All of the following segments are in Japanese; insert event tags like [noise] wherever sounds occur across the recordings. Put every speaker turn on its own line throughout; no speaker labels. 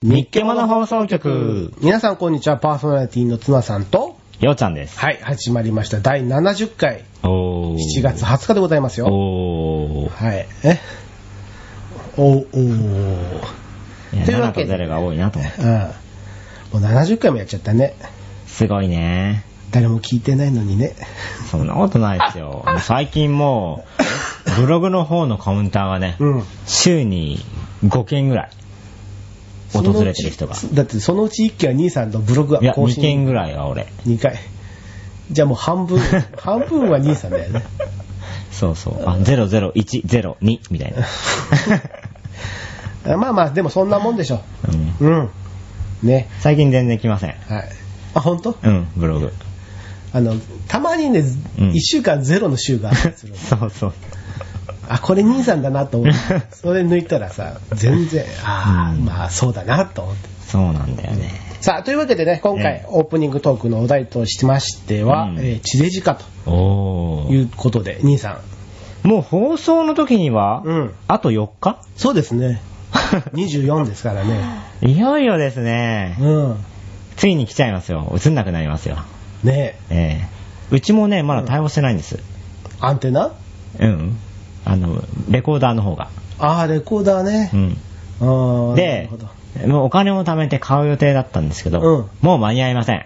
日ケモノ放送局、
皆さんこんにちは、パーソナリティのツナさんと、
ようちゃんです。
はい、始まりました。第70回、
おー。
7月20日でございますよ。
おー。
はい。えおうおう
いや
というわ
7
け
と
で
0が多いなと思って。
うん。もう70回もやっちゃったね。
すごいね。
誰も聞いてないのにね。
そんなことないで
[laughs]
すよ。もう最近もう、ブログの方のカウンターがね、
うん。
週に5件ぐらい、訪れてる人が。
そのうちだってそのうち1件は兄さんのブログ
いや、
が更
2
新。
件ぐらいは俺。
2回。じゃあもう半
[laughs]
分、半分は兄さんだよね。
そうそう。あ、00102みた
[laughs]
いな。
あ [laughs] まあまあ、でもそんなもんでしょ。
うん
うん。ね。
最近全然来ません。
はい。あ、ほんと
うん、ブログ。
あの、たまにね、
うん
1週間ゼロの週があったりす
[laughs]
る。
そうそう。
あ、これ兄さんだなと思って。それ抜いたらさ、全然、ああ、
うん
まあそうだなと思って。
そうなんだよね。
さあ、というわけでね、今回
ええ
オープニングトークのお題としましては
う、ん
えー地デジ化と
おー
い。うことで、兄さん。
もう放送の時には、
うん
あと4日
そうですね。24ですからね。
いよいよですね、
うん。
ついに来ちゃいますよ。映んなくなりますよ。
ね
ええうちもね、まだ対応してないんです。
え、アンテナ
うん。あの、レコーダーの方が。
ああ、レコーダーね
う。ん。
うん。なる
で
ほど、
もうお金を貯めて買う予定だったんですけど、
うん
もう間に合いません。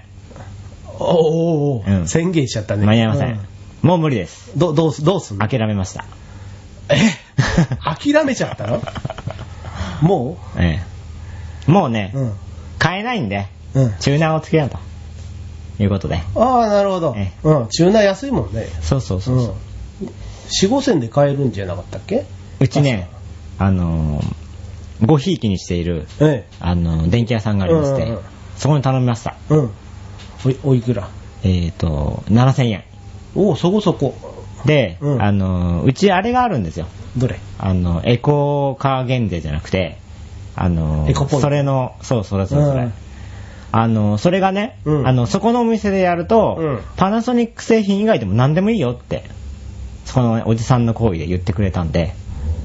おーおーおー、
うん
宣言しちゃったね。
間に合いません。もう無理です。
うんどどうす、どうすんの
諦めました。
え [laughs] 諦めちゃったのも
ええもうね、
ううん。
買えないんで、
うん。
チューナーをつけようと。いうことで。
ああ、なるほど
ええ。
うん。チューナー安いもんね。
そうそう
う
そうそう。
ん。4、5千で買えるんじゃなかったっけ
うちね、あのー、ごひいきにしている、
え
あのー、電気屋さんがありまして、
うんうんうん
そこに頼みました。
え。うん。おい、おいくら
えっ、と、7000円。
おお、そこそこ。
で、
うん
あのー、うちあれがあるんですよ。
どれ
あの、エコカー減税じゃなくて、あのー、
エコポイント
それの、そう、それそれそれ。
うん
あのー、それがね、
うん
あの、そこのお店でやると、
うん
パナソニック製品以外でも何でもいいよって、そこのおじさんの行為で言ってくれたんで、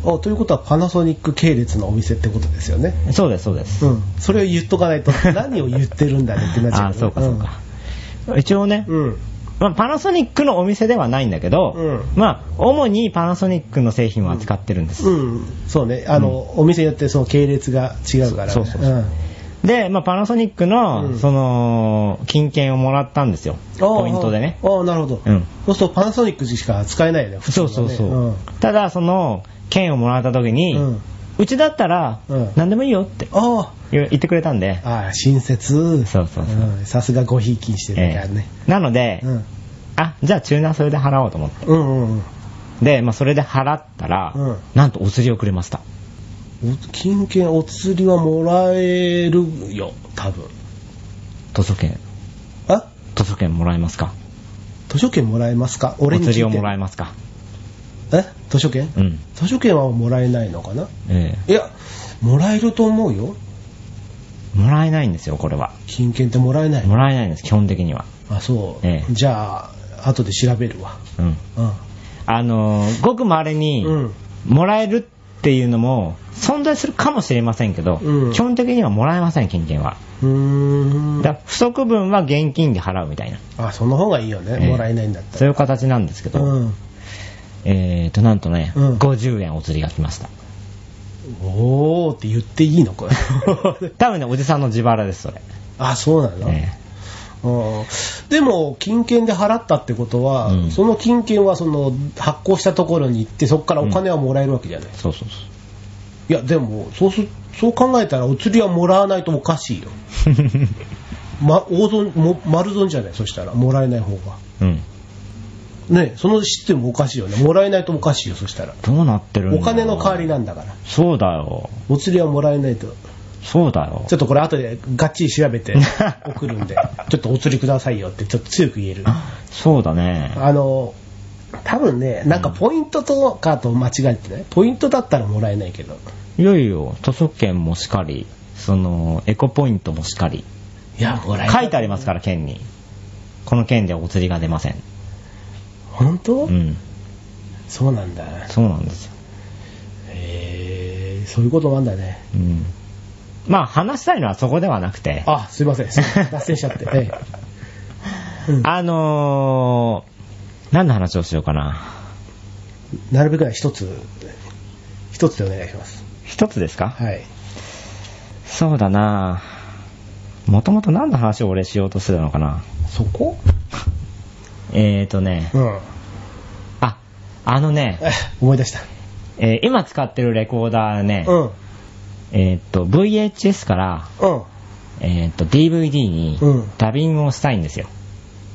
あということはパナソニック系列のお店ってことですよね。
そうです、そうです。
うん。それを言っとか
[laughs]
ないと、何を言ってるんだねってなっちゃう、
ああー、そうか、そうか。一応ね、
うん。うん。
まあ、パナソニックのお店ではないんだけど、
うん
まあ、主にパナソニックの製品を扱ってるんです。
うん。そうね。あの、お店によってその系列が違うから、ね。
そうそうそうで、まあ、パナソニックの、
うん
その、金券をもらったんですよ。
うん。
ポイントでね。
ああ、なるほど。
うん
そうするとパナソニックしか使えないよね、普通
そ
は
う
ね
そうそう。
うん
ただ、その、券をもらった時に、
う
うんちだったら
うん、
何でもいいよって
あ
言言ってくれたんで
あ、、ああ、親切。
そうそうそうん
さすがごひいきにしてるから
え
ね。
えなので、
うん。
あ、じゃあ、チューナーそれで払おうと思って。
うんうん
で、まあ、それで払ったら、
うん
なんとお釣りをくれました。
うん。お金券、お釣りはもらえるよ、多分。
図書券。
あ
図書券もらえますか
図書券もらえますか
お
俺に聞い
釣
て
りをもらえますか
え図書券
うん。
図書券はもらえないのかな
え
いや、もらえると思うよ。
えもらえないんですよ、これは。
金券ってもらえない。
もらえないんです、基本的には。
あ、そう。
ええ
じゃあ、後で調べるわ。
うん。
うん。
あのーごく稀に、
うん
もらえるっていうのも、存在するかもしれませんけど、
うん
基本的にはもらえません、金券は。
うーん。
だから不足分は現金で払うみたいな。
あ、その方がいいよね。
ええ
もらえないんだった
そう
ら。
いう形なんですけど、
うん。
えーと、なんとね、
うん
50円お釣りが来ま
[laughs]
した。
おーって言っていいの
[laughs]
これ。
多分ね、おじさんの自腹です、それ。
あ、そうなの、
え
うんでも、金券で払ったってことは、
うん
その金券はその発行したところに行って、そこからお金はもらえるわけじゃない。
えそうそうそ
いや、でも、そうす、そう考えたら、お釣りはもらわないとおかしいよ。ま、大損、も丸損じゃないそしたら、もらえない方が。
[laughs] う。うん。
ねそのシステムおかしいよね。もらえないとおかしいよ、そしたら。
どうなってるん
お
だ
金の代わり
だ。
なんだから。
そうだよ。
お釣りはもらえないと。
そうだよ
ちょ。っとこれ後でがっちり調べて
[laughs]
送るんで、ちょっとお釣りくださいよってちょっと強く言える。
そうだね。
あの、多分ね、なんかポイントとかと間違えてね、ポイントだったらもらえないけど、
いよいよ、図書券もしかり、その、エコポイントもしかり。
いや、もらえない。
書いてありますから、券に。この券でお釣りが出ません。
本当、
うん。
そうなんだ。
そうなんですよ。
へーそういうことなんだね。
うん。まあ話したいのはそこではなくて、
あ、
あ、
すいません。すいませ
[laughs]
ん脱線しちゃって。ええうん
のー、何の話をしようかな。
なるべくは一つ、一つでお願いします。
一つですか、
はい。
そうだなもともと何の話を俺しようとしてたのかな
そこ
えーとね、
うん。
あ、あのね、
え思い出した。
えー今使ってるレコーダーね、
うん。うん。
えーっと、VHS から、えーっと、DVD に
うん
ダビングをしたいんですよ。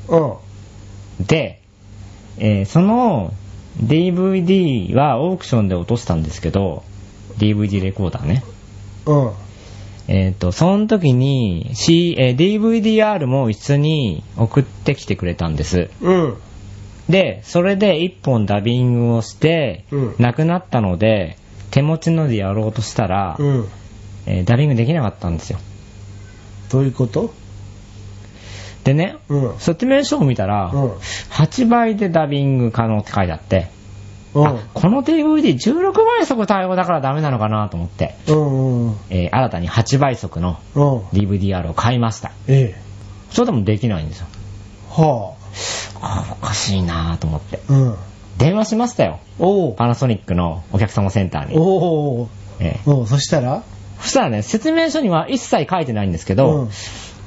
うん。
で、えーその DVD はオークションで落としたんですけど、DVD レコーダーね。
うん。
えーっと、その時に、C えー DVDR も一緒に送ってきてくれたんです。
うん。
で、それで一本ダビングをして、
うん
なくなったので、手持ちのでやろうとしたら、
うん。
えーダビングできなかったんですよ。
どういうこと
でね、
うん。
説明書を見たら、
うん
8倍でダビング可能って書いてあって、
うん。
あこの DVD16 倍速対応だからダメなのかなと思って、
うん。うん。
えー新たに8倍速の
うん。
DVDR を買いました。
ええ。
それでもできないんですよ。
は
あーおかしいなと思って。
あ。うん。
電話しましたよ。
おう。
パナソニックのお客様センターに。
おう。
えー
おう。そしたら
そしたらね、説明書には一切書いてないんですけ
う
ど、
ん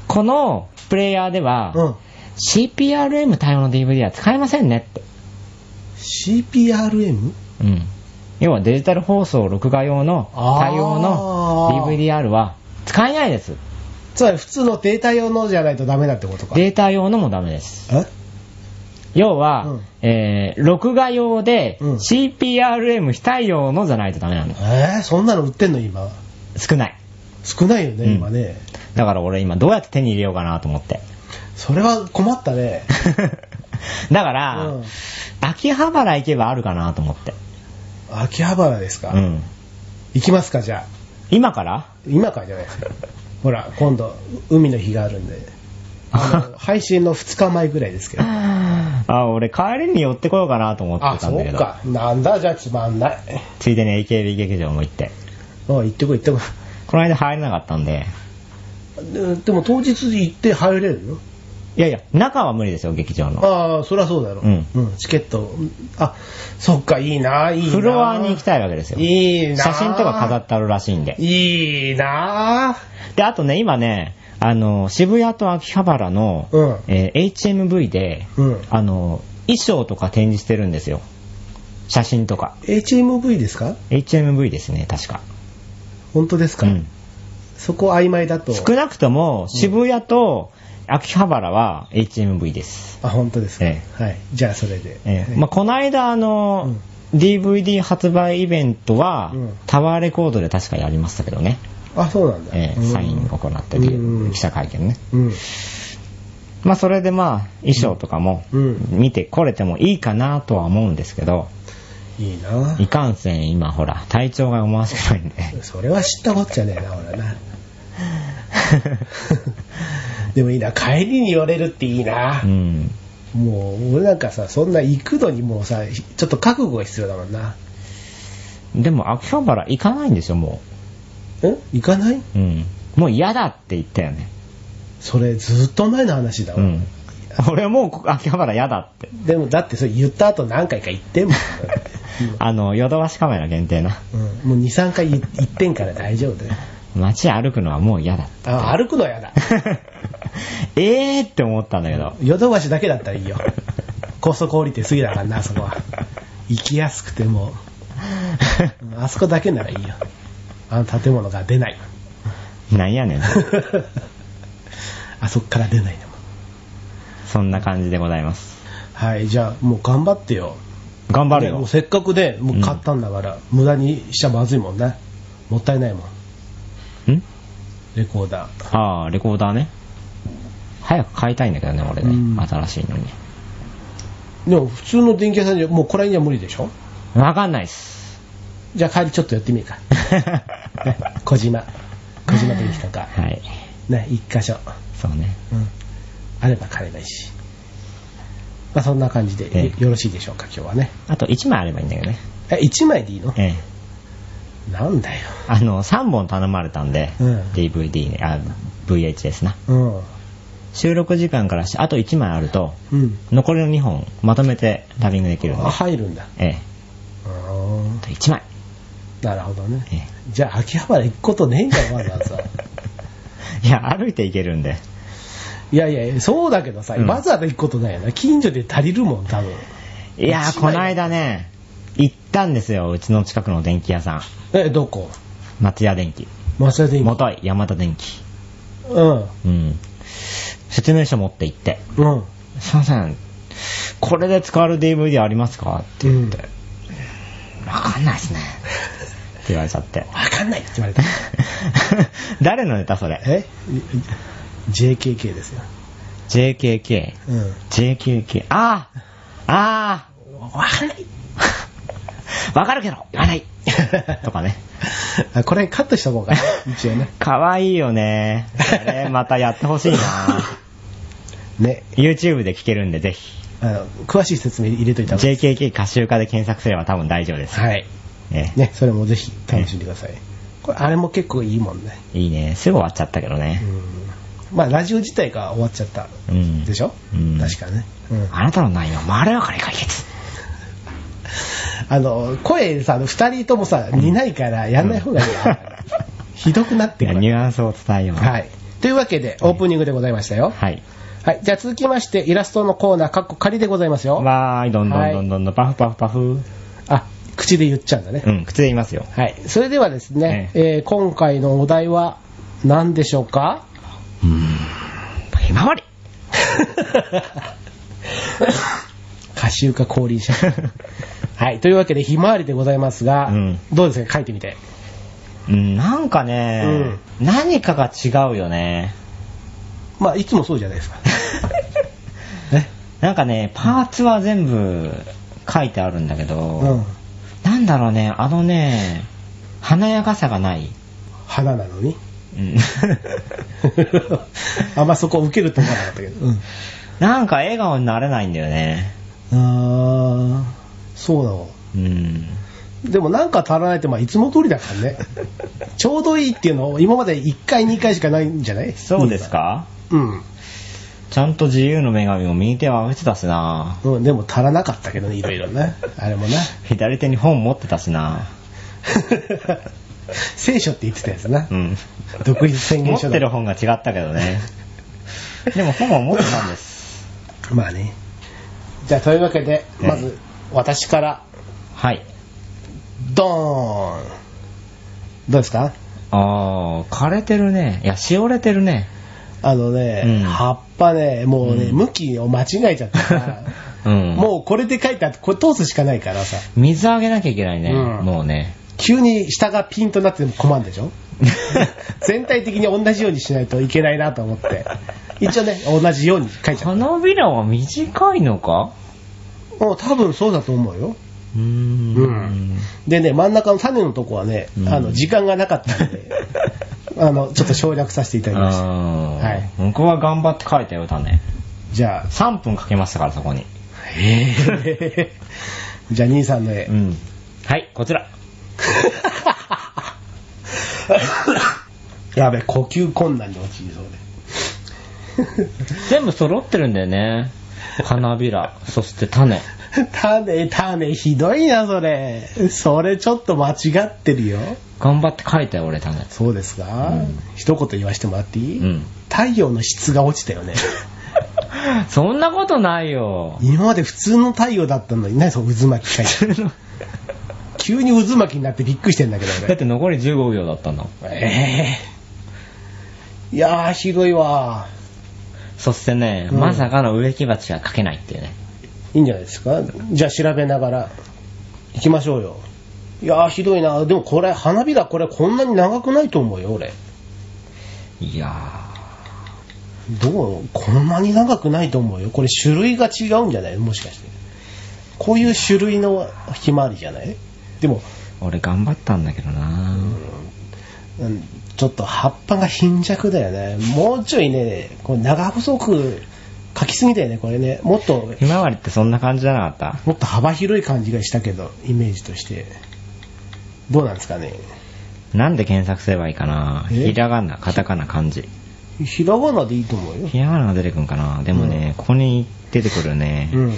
このプレイヤーでは、
うん。
CPRM 対応の DVD は使えませんねって。
CPRM?
うん。要はデジタル放送録画用の
あー
対応の DVDR は使えないです。
つまり普通のデータ用のじゃないとダメだってことか。
データ用のもダメです。
え
要は、
うん
えー、録画用で
うん
CPRM 非対応のじゃないとダメなんだ。
えー、そんなの売ってんの今。
少ない。
少ないよね、
うん
今ね。
だから俺今どうやって手に入れようかなと思って。 [laughs]
それは困ったね。
だから、
うん
秋葉原行けばあるかなと思って。
秋葉原ですか、
うん。
行きますか、じゃあ。
今から
今からじゃないですか。ほら、今度、海の日があるんで。あの配信の2日前ぐらいですけど。
あ、俺帰りに寄ってこようかなと思っ
あ、
てたん
そ
だ
う
けど。
か。なんだ、じゃあつまんない。
ついでに AKB 劇場も行って。
おい行ってこい、行ってこ
この間入れなかったんで。
い。ででも当日行って入れるよ。
いやいや、中は無理ですよ、劇場の。
ああ、そりゃそうだろう、
うん
うん。チケット。あ、そっか、いいな、いいな。
フロアに行きたいわけですよ。
いいな。
写真とか飾ってあるらしいんで。
いいな。
で、あとね、今ね、あの、渋谷と秋葉原の、
うん
えー HMV で、
うん
あの、衣装とか展示してるんですよ。写真とか。
HMV ですか
HMV ですね、確か。
本当ですか、
うん
そこ曖昧だと。
少なくとも、渋谷と秋葉原は HMV です。
あ、本当ですか、
え
はい。じゃあ、それで。
えーまあ、この間、あの、DVD 発売イベントは、
うん
タワーレコードで確かやりましたけどね。
あ、そうなんだ。
えー
うん
サインを行ったとい
うん
う記者会見ね。
うん。
まあそれでまあ衣装とかも
うん
見てこれてもいいかなとは思うんですけど、
いいない
かんせん今ほら体調が思わしくないんで。
それは知ったこっちゃねえな、俺はな。 [laughs] でもいいな、帰りに寄れるっていいな
う。ん。
もう、俺なんかさ、そんな行くのにもうさ、ちょっと覚悟が必要だもんな。
でも秋葉原行かないんですよも。
ん行かないう
うん。もう嫌だって言ったよね。
それずっと前の話だわ。
うん。俺はもうここ秋葉原嫌だって。
でもだってそれ言った後何回か言ってんもん。
[laughs] あの、ヨドバシカメラ限定な。
うん、もう2、3回言言ってんから大丈夫だよ。
街歩くのはも
[laughs]
う嫌だって。
あ、歩くのはやだ。
えーって思ったんだけど。
ヨドバシだけだったらいいよ。高速降りてすぎだからな、そこは。行きやすくてもう、うんあそこだけならいいよ。あの建物が出ない。 [laughs]
なんやねん。
あそこから出ないんだもん。
そんな感じでございます。
はい、じゃあもう頑張ってよ。
頑張る
ねもう
よ。
せっかくで、もう買ったんだから、無駄にしちゃまずいもんね。もったいないもん。
ん
レコーダー。
ああ、レコーダーね。早く買いたいんだけどね、俺ね。
うん
新しいのに。
でも普通の電気屋さんじゃ、もうこれには無理でしょ
わかんないっす。
じゃあ帰りちょっとやってみるか。ね
は
小島。小島電気とか。
い。
ね、一箇所。
そうね。
うん、あれば買えばいいし、まあ、そんな感じで
え
よ
え
よろしいでしょうか今日はね
あと1枚あればいいんだけどね。
え1枚でいいの
ええ。
なんだよ。
あの、3本頼まれたんで、
うん
DVD ね、あ、VHS な。
うん。
収録時間からして、あと1枚あると、
うん。
残りの2本まとめてダビングできるんで
あ、。入るんだ。
ええ。
うーん
あと1枚。
なるほどね。
え
じゃあ、秋葉原行くことねえんだよ、わざわ
[laughs]
ざ。
え。いや、歩いていけるんで。
いやいや、そうだけどさ、
うん
わざわざ行くことないよな。近所で足りるもん、多分。
いやー、
一
こ
枚
の間ね、行ったんですよ、うちの近くの電気屋さん。
え、どこ
松屋電気。
松屋電機。
元井、山田電機。
うん。
うん。説明書持って行って。
うん。
すいません、これで使われる DVD ありますかって言って。わかんないですね。って言われちゃって。 [laughs]
わかんないって言われた。
誰のネタそれ
え ?JKK ですよ。
?JKK。
うん。
JKK。あああ
わかんない
あ [laughs] わかるけど、言わない [laughs] とかね。
[laughs] あこれカットした方
[laughs]
がいい一応ね。
かわいいよね。あれまたやってほしいな。
[laughs] ね。
YouTube で聴けるんで、ぜひ。
あの、詳しい説明入れといた方がいい。
JKK 歌集化で検索すれば多分大丈夫です。
はい。
ね
ね、それもぜひ楽しんでください。これ、あれも結構いいもんね。
いいね。すぐ終わっちゃったけどね。
まあ、ラジオ自体が終わっちゃった。
うん
でしょ、
うん
確かね。うん。
あなたの内容、まろやかに解決。
あの、声さ、あの二人ともさ、似ないからやんない方がいいよ。ひどくなって
い
く
や
る。
ニュアンスを伝えよう。。
はいい。というわけで、オープニングでございましたよ。
はい。
はい。じゃあ続きまして、イラストのコーナー、カッコ仮でございますよ。
わーい、どんどんどんどんどん、パフパフパフ。
あ、口で言っちゃうんだね。
うん、口で言いますよ。
はい。それではですね、
え
えー今回のお題は何でしょうか [laughs]
うーん、ひまわり。
歌集か降臨者。はい。というわけで、ひまわりでございますが、
うん
どうですか書いてみて。
うん、なんかね、何かが違う
[laughs]
よね。
まあ、いつもそうじゃないですか。ね。
なんかね、パーツは全部書いてあるんだけ
[laughs]
ど、
うん。
なんだろうね、あのね、華やかさがない。
花なのに。 [laughs]
うん [laughs]
あんまそこ受けると思わなかったけど。うん。
なんか笑顔になれないんだよね。
あー、そうなの。
うん。
でもなんか足らないって、まあ、いつも通りだから
[laughs]
ね。ちょうどいいっていうのを、今まで1回、2回しかないんじゃない
そうですか
うん。
ちゃんと自由の女神を右手は上げてたしな。
うん、でも足らなかったけどね、いろいろね。あれもね。
左手に本持ってたしな。
聖書って言ってたやつな。
うん。
独立宣
持
言
っ
書
てる
だ。
本が違ったけどね。 [laughs] でも本は持ってたんです。
まあね。じゃあ、というわけで、
ええ
まず、私から、
はい。
ドーンどうですか
あー、枯れてるね。いや、しおれてるね。
あのね、
うん
葉っぱね、もうね、
うん
向きを間違えちゃったから、
[laughs] うん。
もうこれで書いたこれ通すしかないからさ、
う、水あげなきゃいけないね。
うん
もうね。
急に下がピンとなっても困るでし [laughs] ょ全体的に同じようにしないといけないなと思って。一応ね、同じように書いちゃった。
花びらは短いのか
もう多分そうだと思うよ。
うーん
うんでね、真ん中の種のとこはね、
うん
あの、時間がなかったん [laughs] で、あの、ちょっと省略させていただきました。
あー
はい
僕は頑張って書いたよ、種。
じゃあ、
3分かけましたから、そこに。
えー [laughs] じゃあ、兄さんの [laughs] 絵。
うん。はい、こちら。
やべ、呼吸困難に陥りそう
全部揃ってるんだよね。花びら、 [laughs] そして種。
で。種、種、ひどいな、それ。それちょっと間違ってるよ。
頑張って書いたよ、俺、種。
そうですか、
うん
一言言わせてもらっていい、
うん。
太陽の質が落ちたよね。
そんなことないよ。
今まで普通の太陽だったのに、何その渦巻き描いて。急に渦巻きになってびっくりしてんだけど、
だっ
俺。
て残り15秒だったんだもん。
ええいやー、ひどいわ。
そしてね、
うん
まさかの植木鉢が書けないっていうね。
いいんじゃないですかじゃあ調べながら行きましょうよ。いやー、ひどいな。でもこれ、花びらこれこんなに長くないと思うよ、俺。
いや
どうこんなに長くないと思うよ。これ種類が違うんじゃないもしかして。こういう種類のひまわりじゃないでも、
ー、俺頑張ったんだけどな
うんちょっと葉っぱが貧弱だよね。もうちょいね、こう長細く描きすぎだよね、これね。もっと、
ひまわりってそんな感じじゃなかった
もっと幅広い感じがしたけど、イメージとして。どうなんですかね。
なんで検索すればいいかな
え
ひらがな、カタカナ、漢字。
ひらがなでいいと思うよ。
ひらがなが出てくるんかなでもね、ここに出てくるね、
うん。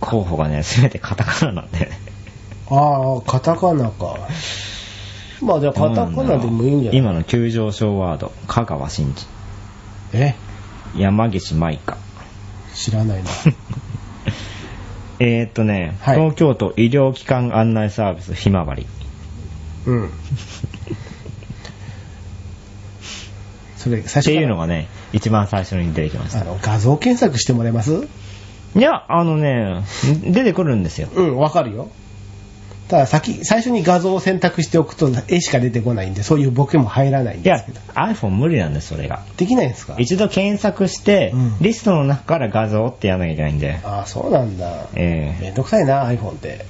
候補がね、すべてカタカナなんだよね。
ああ、カタカナか。まあ、じゃあカタカナでもいいんじゃない
今の急上昇ワード、香川真司、
え
山岸舞香。 [laughs]
知らないな。
えーっとね、
はい
東京都医療機関案内サービスひまわり。
[laughs] うん。それ、最
っ
初
て
から
いうのがね、一番最初に出てきまし
あ
た。
の、画像検索してもらえます
いや、あのね、出てくるんですよ。
うん、わかるよ。ただ、先、最初に画像を選択しておくと、絵しか出てこないんで、そういうボケも入らないん
い
です
や
けど。、
iPhone 無理なんです、それが。
できないんですか
一度検索して、
うん
リストの中から画像ってやらなきゃいけないんで。
ああ、そうなんだ。
ええ
めんどくさいな、iPhone って。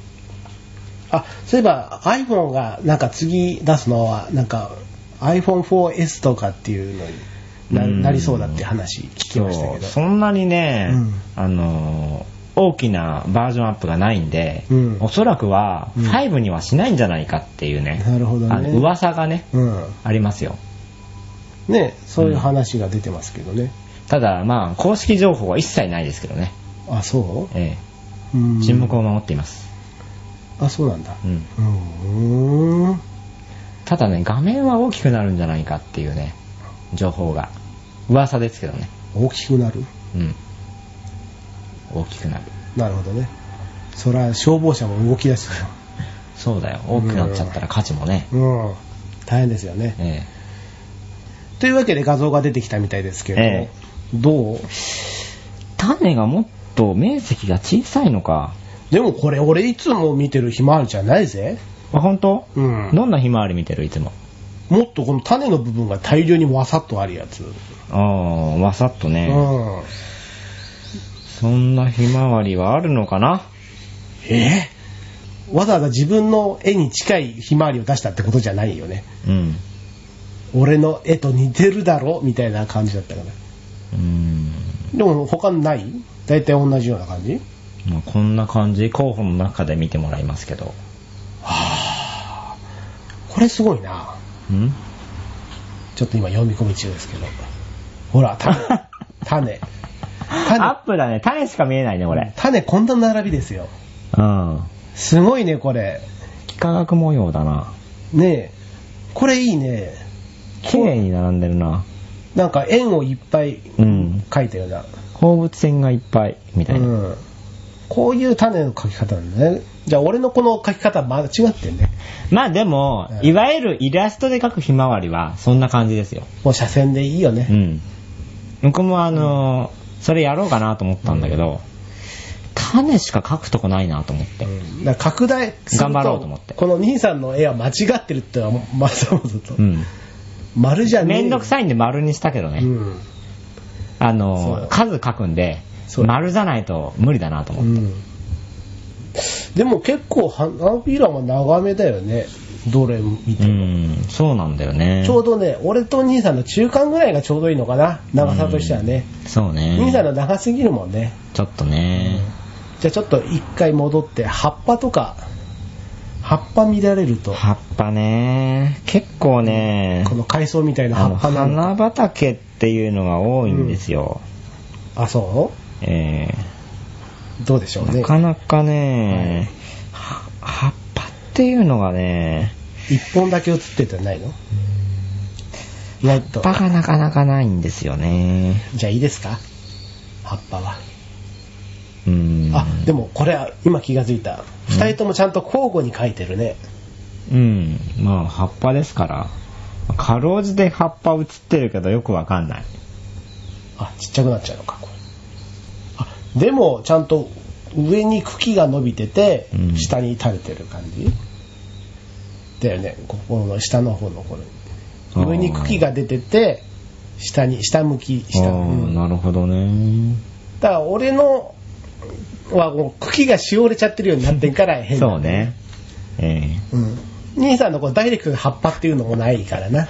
あ、そういえば iPhone がなんか次出すのは、なんか iPhone4S とかっていうのにな
うん
なりそうだって話聞きましたけど。
そうそんなにね、
うん
あのー大きなバージョンアップがないんで、
うん
おそらくは
うん
5にはしないんじゃないかっていうね、
なるほどね
あの噂がね、
うん。
ありますよ。
ね、そういう話が出てますけどね。
ただ、まあ、公式情報は一切ないですけどね、
あ、そ
え
う、う
え
ん、
沈黙を守っています。
あ、そうなんだ。
うん
うーん。
ただね、画面は大きくなるんじゃないかっていうね、情報が。噂ですけどね。
大きくなる。
うん。大きくなる。
なるほどね。そりゃ消防車も動き出すよ。
そうだよ。大きくなっちゃったら価値もね。
うん。大変ですよね。
え
というわけで画像が出てきたみたいですけれども、どう
えええ種がもっと面積が小さいのか。
でもこれ俺いつも見てるひまわりじゃないぜ。
あ、本当？
うん
どんなひまわり見てるいつも。
もっとこの種の部分が大量にわさっとあるやつ。
ああ、わさっと
う
ね、
ん。
そんなひまわりはあるのかな
えわざわざ自分の絵に近いひまわりを出したってことじゃないよね。
うん。
俺の絵と似てるだろみたいな感じだったから。
うーん。
でも他ない大体同じような感じ
まあ、こんな感じ、候補の中で見てもらいますけど。
これすごいな。
うん
ちょっと今読み込み中ですけど。ほら、種。種。種
アップだね。種しか見えないね、これ。
種こんな並びですよ。
うん。
すごいね、これ。
幾何学模様だな。
ねえ。これいいね。
綺麗に並んでるな。
なんか円をいっぱい
うん。
描いたような。
放物線がいっぱい、みたいな。
うん。こういう種の描き方なんだね。じゃあ俺のこの描き方はまだ違ってんね。
まあでも、
うん
いわゆるイラストで描くひまわりは、そんな感じですよ。
もう斜線でいいよ
う
ね。
ん。僕もあのーそれやろうかなと思ったんだけど、種しか描くとこないなと思って。
だから拡大する
頑張ろうと思って
この兄さんの絵は間違ってるってのはまさもずと
う。ん。
丸じゃねえ
めんどく
い。
さいんで丸にしたけどね。
うん。
あの
そう
ー数書くんで、
そう
丸じゃないと無理だなと思
う
って。
ん。でも結構花びらは長めだよね。どれ見て
う
も。
ん、そうなんだよね。
ちょうどね、俺と兄さんの中間ぐらいがちょうどいいのかな。長さとしてはね。
そうね。
兄さんの長すぎるもんね。
ちょっとね。
じゃあちょっと一回戻って、葉っぱとか、葉っぱ見られると、
葉っぱね。結構ね、
この海藻みたいな
あ
葉
の
っぱなんだ。
花畑っていうのが多いんですよ。
あ、そ
え
うどうでしょう
ー、
ね
な。かなかね、は葉っぱっていうのがね、
一本だけ映っててないのないと。
葉っぱがなかなかないんですよね。
じゃあいいですか葉っぱは。
うん。
あ、でもこれは今気がついた。二人ともちゃんと交互に描いてるね。
うん。まあ、葉っぱですから。かろうじて葉っぱ映ってるけどよくわかんない。
あ、ちっちゃくなっちゃうのか、これ。あ、でもちゃんと上に茎が伸びてて
う、ん
下に垂れてる感じ。だよね、ここの下の方のこれ。上に茎が出てて、下に、下向き、
あ
下。う
ー
ん
なるほどね。
だから俺のはもう茎がしおれちゃってるようになってんから変な
そう。ね。え
うん。兄さんのこうダイレクトな葉っぱっていうのもないからな。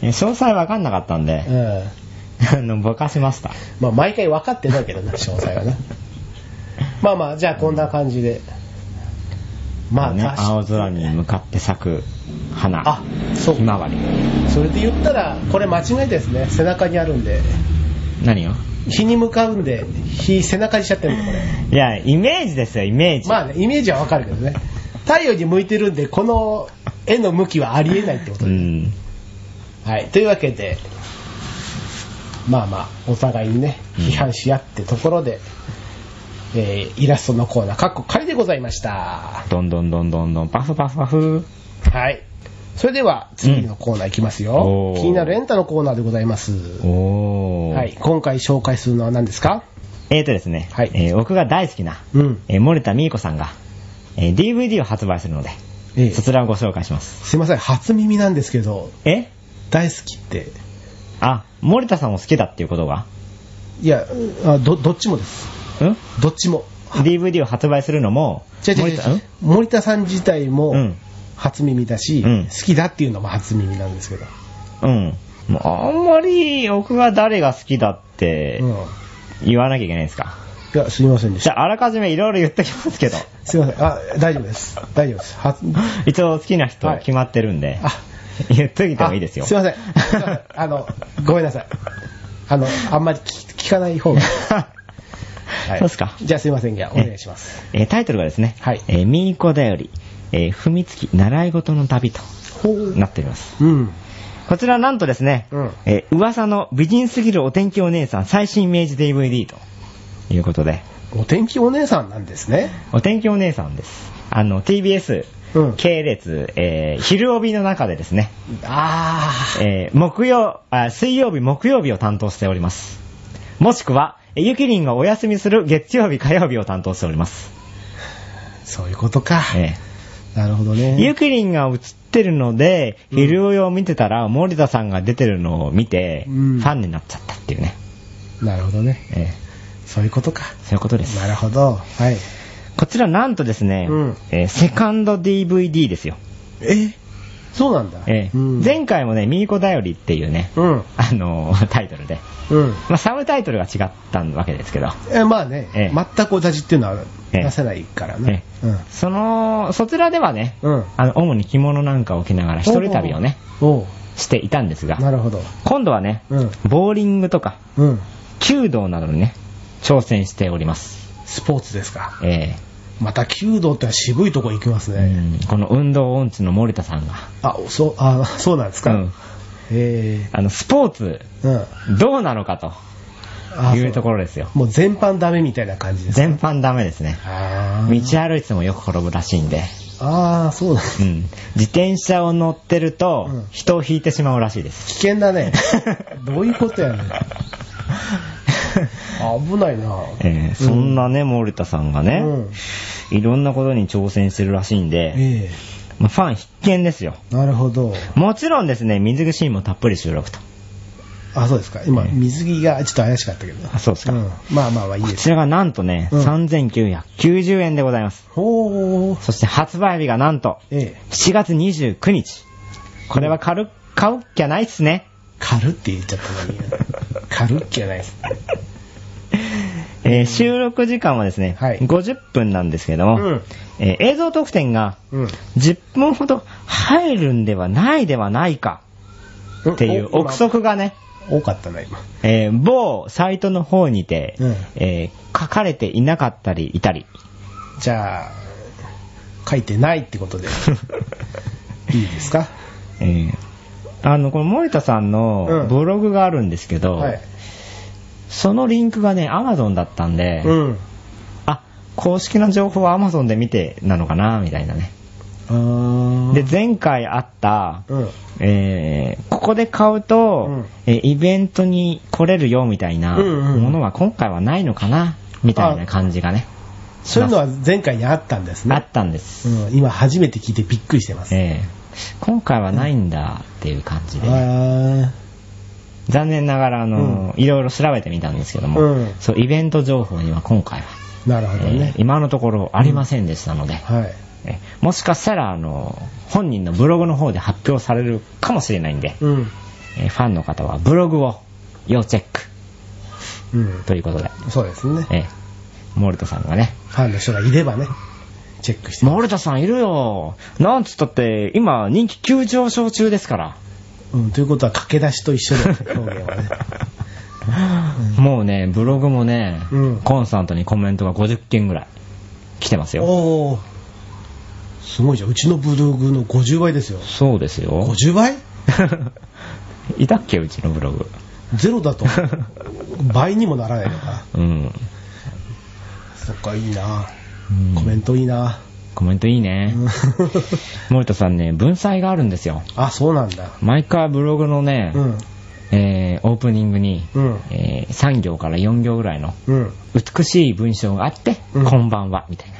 ー詳細わかんなかったんで
う、ん。
[laughs] あの、ぼかしました。
まあ毎回分かってないけどな、詳細はな。まあまあ、じゃあこんな感じで。まあ、
ね、
雑誌
青空に向かって咲く花
あそう
ひまわり
それで言ったらこれ間違いですね背中にあるんで
何を
日に向かうんで日背中にしちゃってるんだこれ
[laughs] いやイメージですよイメージ、
まあねイメージはわかるけどね太陽に向いてるんでこの絵の向きはありえないってこと
う
で、
ん
はいというわけでまあまあお互いにね
うん
批判し合ってところで、えーイラストのコーナーかっこ仮でございました
どんどんどんどんどんパフパフパフ
はいそれでは次のコーナーいきますよ、
うんおー
気になるエンタのコーナーでございます
おー、
はい、今回紹介するのは何ですか
えーとですね、
はい
えー僕が大好きな、
うん
えー森田美恵子さんが、えー DVD を発売するので、
ええ
そちらをご紹介します
すいません初耳なんですけど
え
大好きって
あ森田さんも好きだっていうことが
いやあどどっちもです
うん
どっちも
DVD を発売するのも
違う違う違
森田
う森田さん自体
う
も
ん
初耳だし、
うん
好きだっていうのも初耳なんですけど、
うんもうあんまり僕が誰が好きだって
うん、い
言わなきゃいけないんですか、
やすいませんでし
じ
た
ゃああらかじめいろいろ言ってきますけど
すいませんあ大丈夫です大丈夫です初
一応好きな人
はい
決まってるんで、
あ
言っといてもいいですよ
あすいませんすいませんあのごめんなさいあのあんまり聞聞かない
[laughs]
方が、はい
そうっすか
じゃあすいませんじゃあお願いします
えータイトルがですね、
はい
えーみーこだより、えー踏みつき習い事の旅と
ほう
なっております。
うん
こちらなんとですね、
うん
えー噂の美人すぎるお天気お姉さん最新イメージ DVD ということで、
お天気お姉さんなんですね
お天気お姉さんです。あの、TBS
うん
系列、えー昼帯の中でですね、
あ
えー木曜あ、水曜日、木曜日を担当しております。もしくは、えーゆきりんがお休みする月曜日、火曜日を担当しております。
あそういうことか、
えー
なるほどね
ゆきりんが映ってるので、昼夜を見てたら、森田さんが出てるのを見て、
うん
ファンになっちゃったっていうね。
なるほどね
ええ
そういうことか
そういうことです。
なるほどはい
こちらなんとですね、
うん
えーセカンド DVD ですよ。
えそうなんだ、
ええ
うん、
前回もね、ミーコだよりっていうね、
うん
あのータイトルで。
うん
まあ、サブタイトルが違ったわけですけど、
えまあね、
ええ
全く同じっていうのは
ええ
出せないから
え
ね、
えその、そちらではね、
うんうん
あの、主に着物なんかを着ながら一人旅をね、
おう
していたんですが、
なるほど
今度はね、
うん
ボーリングとか、
うん
弓道などにね、挑戦しております。
スポーツですか
え
また弓道ってのは渋いとこ行きます
え
ね、
うんこの運動音痴の森田さんが、
あそうあそうなんですか、
うん
え
あの、スポーツ、
えうん
どうなのかと
あ
いうとこ
ろ
ろですよ。
もう全般ダメみたいな感じです
全般ダメですね。
あ
道
ー
歩いててもよく転ぶらしいんで、
あーそうなんだ
うん自転車を乗ってると
うん、
人を引いてしまうらしいです。
危険だ
[laughs]
ね [laughs] どういうことやねん危ないな
ええそんなね、森田さんがね、
うん
いろんなことに挑戦してるらしいんで、
え
まあファン必見ですよ。
えなるほど
もちろんですね、水着シーンもたっぷり収録と。
あそうですか今
ええ
水着がちょっと怪しかったけど
あそうですか
んまあまあまあいい
こ
です
ちらがなんとね、
うん
3990円でございます。
ほう
そして発売日がなんと、
ええ
7月29日。これは買う、買うっきゃないっすね。
カルって言っちゃったの
[laughs]
にカルっきゃないです
えー収録時間はですね、
はい
50分なんですけども、
うん
えー映像特典が
うん
10分ほど入るんではないではないかっていう
お
憶測がね、
多かったな今
えー某サイトの方にて、
うん
えー書かれていなかったりいたり、
じゃあ書いてないってこと
[laughs]
でいいですか
えーあの、この森田さん
う
の
ん
ブログがあるんですけど、
はい
そのリンクがね、Amazon だったんで、
うん
あ、公式の情報は Amazon で見てなのかな、みたいなね。
あー
で、前回あった、
うん
えーここで買うと、
うん
えーイベントに来れるよ、みたいな
うんうん
ものは今回はないのかな、みたいな感じがね、
そういうのは前回にあったんです
あ
ね
ったんです。
うん、今初めて聞いてびっくりしてます。
えー今回はないんだっていう感じで、
あ
残念ながら、あの、いろいろ調べてみたんですけども、
うん
そう、イベント情報には今回は、
ーなるほどね
えー。今のところありませんでしたので、
はい。
えもしかしたら、あの、本人のブログの方で発表されるかもしれないんで、
うん。
えーファンの方はブログを要チェック
うん。
ということで、
そうですね。
えー、モルトさんがね、
ファンの人がいればね。チェックして。
森田さんいるよ。なんつったって、今人気急上昇中ですから。
うん、ということは駆け出しと一緒
[laughs]
だよ表現はね。
もうね、ブログもね、
うん
コンスタントにコメントが50件ぐらい来てますよ。
おおーすごいじゃん。うちのブログの50倍ですよ。
そうですよ。
50倍
[laughs] いたっけうちのブログ。
ゼロ
[laughs]
だと倍にもならないのか。
うん。
そっか、いいな。
うん
コメントいいな。
コメントいいね。森田さんね、文才があるんですよ。
あ、そうなんだ。
毎回ブログのね、
うん。
えーオープニングに、
うん。
えー3行から4行ぐらいの
うん。
美しい文章があって、
うん
こんばんは、みたいな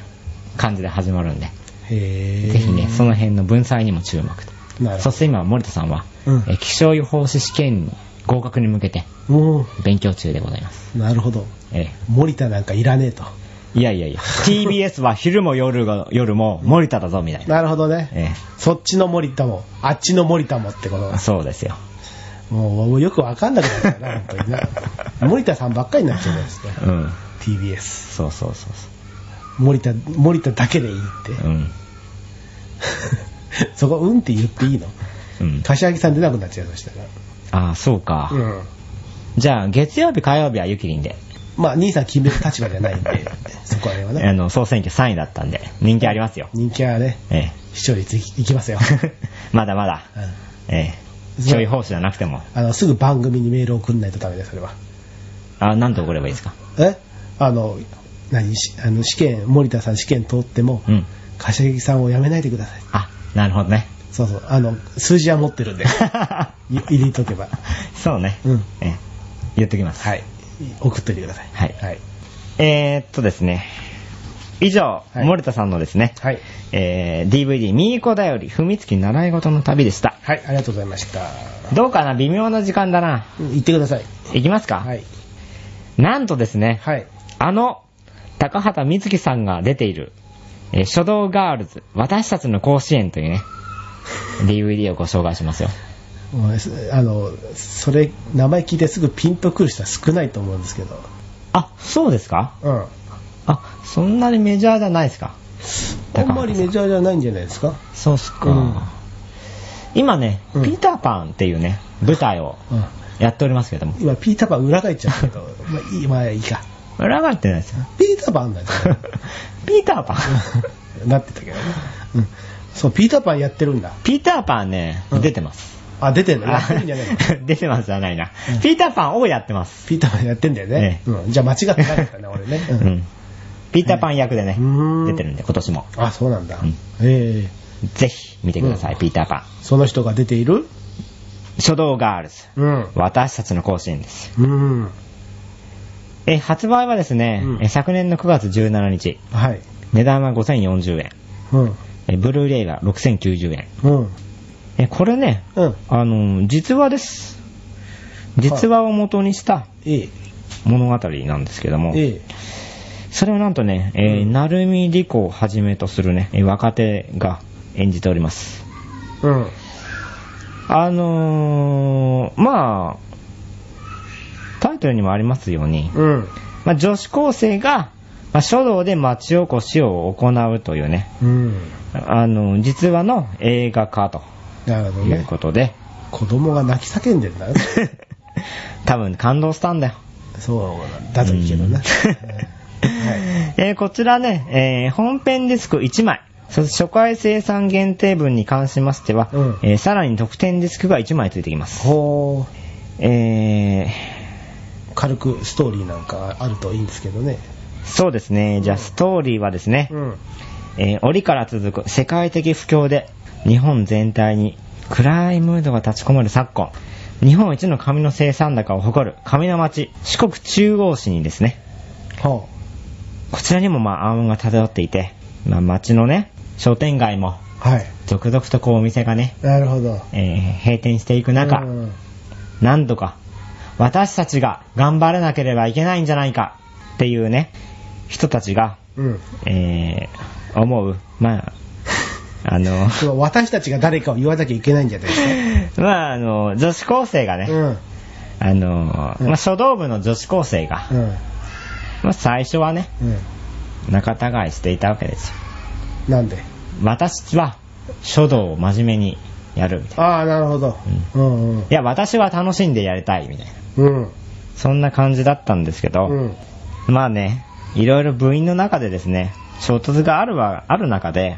感じで始まるんで、
へえ。
ぜひね、その辺の文才にも注目と。
なる
そ
ほ
して今、森田さんは、
うん
えー気象予報士試験合格に向けて
ど。も
勉強中でございます。
う、なるほど。
え
森田なんかいらねえと。
ーいや
[laughs]
いやいや、TBS は昼も夜が夜も森田だぞ、みたいな。
なるほどね。
え
そっちの森田も、あっちの森田もってこと
ーそうですよ。
もう、もうよくわかんなくなっちゃうな、本当に [laughs] な。森田さんばっかりになっちゃうじゃないですか。
うん。
TBS。
そうそうそうそ
森田、森田だけでいいって [laughs]
う。。うん。
そこ、うんって言っていいの
うん。
柏木さん出なくなっちゃいましたか
ああ、そうか。
ら。うん。
じゃあ、月曜日、火曜日はゆきりんで。
まあ、兄さん決める立場じゃないんで、そこら辺はね。
あの、総選挙3位だったんで、人気ありますよ。
人気はね、
え
視聴率いきいき [laughs] ますよ。
え。 [laughs] まだまだ。
うん
ええ。ちょい奉仕じゃなくても。
あの、すぐ番組にメール送んないとダメです、それは。
あ、なんと送ればいいですか。
えあの、何しあの、試験、森田さん試験通っても、
うん。
柏木さんをやめないでください。
あ、なるほどね。
そうそう、あの、数字は持ってるんで、い入れとけば。
[laughs] そうね。
うん
ええ。言っときます。
はい。送っといてください。
はい
はい。
えーっとですね。以上、
はい
森田さんのですね、
はい。
えー、DVD、みーこだより、踏みつき習い事の旅でした。
はい、ありがとうございました。
どうかな微妙な時間だな。
うん行ってください。
いきますか、
はい。
なんとですね、
はい。
あの、高畑瑞希さんが出ている、えー書道ガールズ、私たちの甲子園という
[laughs]
ね、DVD をご紹介しますよ。
もうすあの、それ、名前聞いてすぐピンとくる人は少ないと思うんですけど。
あ、そうですか
うん。
あ、そんなにメジャーじゃないですか
あんまりメジャーじゃないんじゃないですか。
そうっすか。
うん
今ね、
うん
ピーターパンっていうね、舞台を
うん。
やっておりますけども、
今、ピーターパン裏返っちゃ [laughs] ったけど、まあいい、まあいいか。
裏返ってないで
[laughs]
すよ。
ピーターパンなんじゃない
ピーターパン
なってたけどね。うん。そう、ピーターパンやってるんだ。
ピーターパンね、
うん
出てます。
あ、出てんだ。やってるんじゃないの
[laughs] 出てますじゃないな、
うん
ピーターパンをやってます。
ピーターパンやってんだよ [laughs] ね。
え
うん。じゃあ間違ってないですかね、俺ね。
う。ん。ピーターパン役でね
う、ん
出てるんで、今年も。
あ、そうなんだ。
うん
ええ
ぜひ見てください、
うん
ピーターパン。
その人が出ている
書道ガールズ。
うん。
私たちの甲子園です。
うん。
え、発売はですね、
うん
え昨年の9月17日、
はい。
値段は5040円。
うん。
え、ブルーレイが6090円。
うん。
え、これね、
うん。
あの、実話です。実話を元にした
ええ。
物語なんですけども、
ええ。
それをなんとね、えー、成海理子をはじめとするね、え若手が演じております。
うん。
あのー、まあ、タイトルにもありますように、
うん。
まあ、女子高生が、まあ、書道で町おこしを行うというね、
うん。
あの、実話の映画化と
なるほど
いう
ね。
ことで、
子供が泣き叫んで [laughs] るんだね。
[laughs] 多分感動したんだよ。
そうなんだといいけど [laughs] な。
えーこちらね、えー本編ディスク1枚、そして初回生産限定分に関しましては、
うん
えーさらに特典ディスクが1枚ついてきます。
こ
え
う、軽くストーリーなんかあるといいんですけどね。
ーそうですね、じゃあストーリーはですね、
うん。
えー折から続く世界的不況で日本全体に暗いムードが立ち込める昨今日本一の紙の生産高を誇る紙の町四国中央市にですね
は
こちらにもまあ暗雲が漂っていて、まあ、町のね商店街も
あ。はい。
続々とこうお店がね、
なるほど。
えー閉店していく中、
うん
なんとか私たちが頑張らなければいけないんじゃないかっていうね人たちが、
うん。
えー思うまあ
[laughs]
あの [laughs]
その私たちが誰かを言わなきゃいけないんじゃないです
まあ、あの、女子高生が
か。
ね、
うん。
あの、
うん
まあ、書道部の女子高生が、
うん。
まあ、最初はね、
うん。
仲違いしていたわけですよ。
なんで
私は書道を真面目にやるみたいな。
ああ、なるほど。うんうん
い。や、私は楽しんでやりたいみたいな。
うん。
そんな感じだったんですけど、
うん。
まあね、いろいろ部員の中でですね、衝突があるは、ある中で、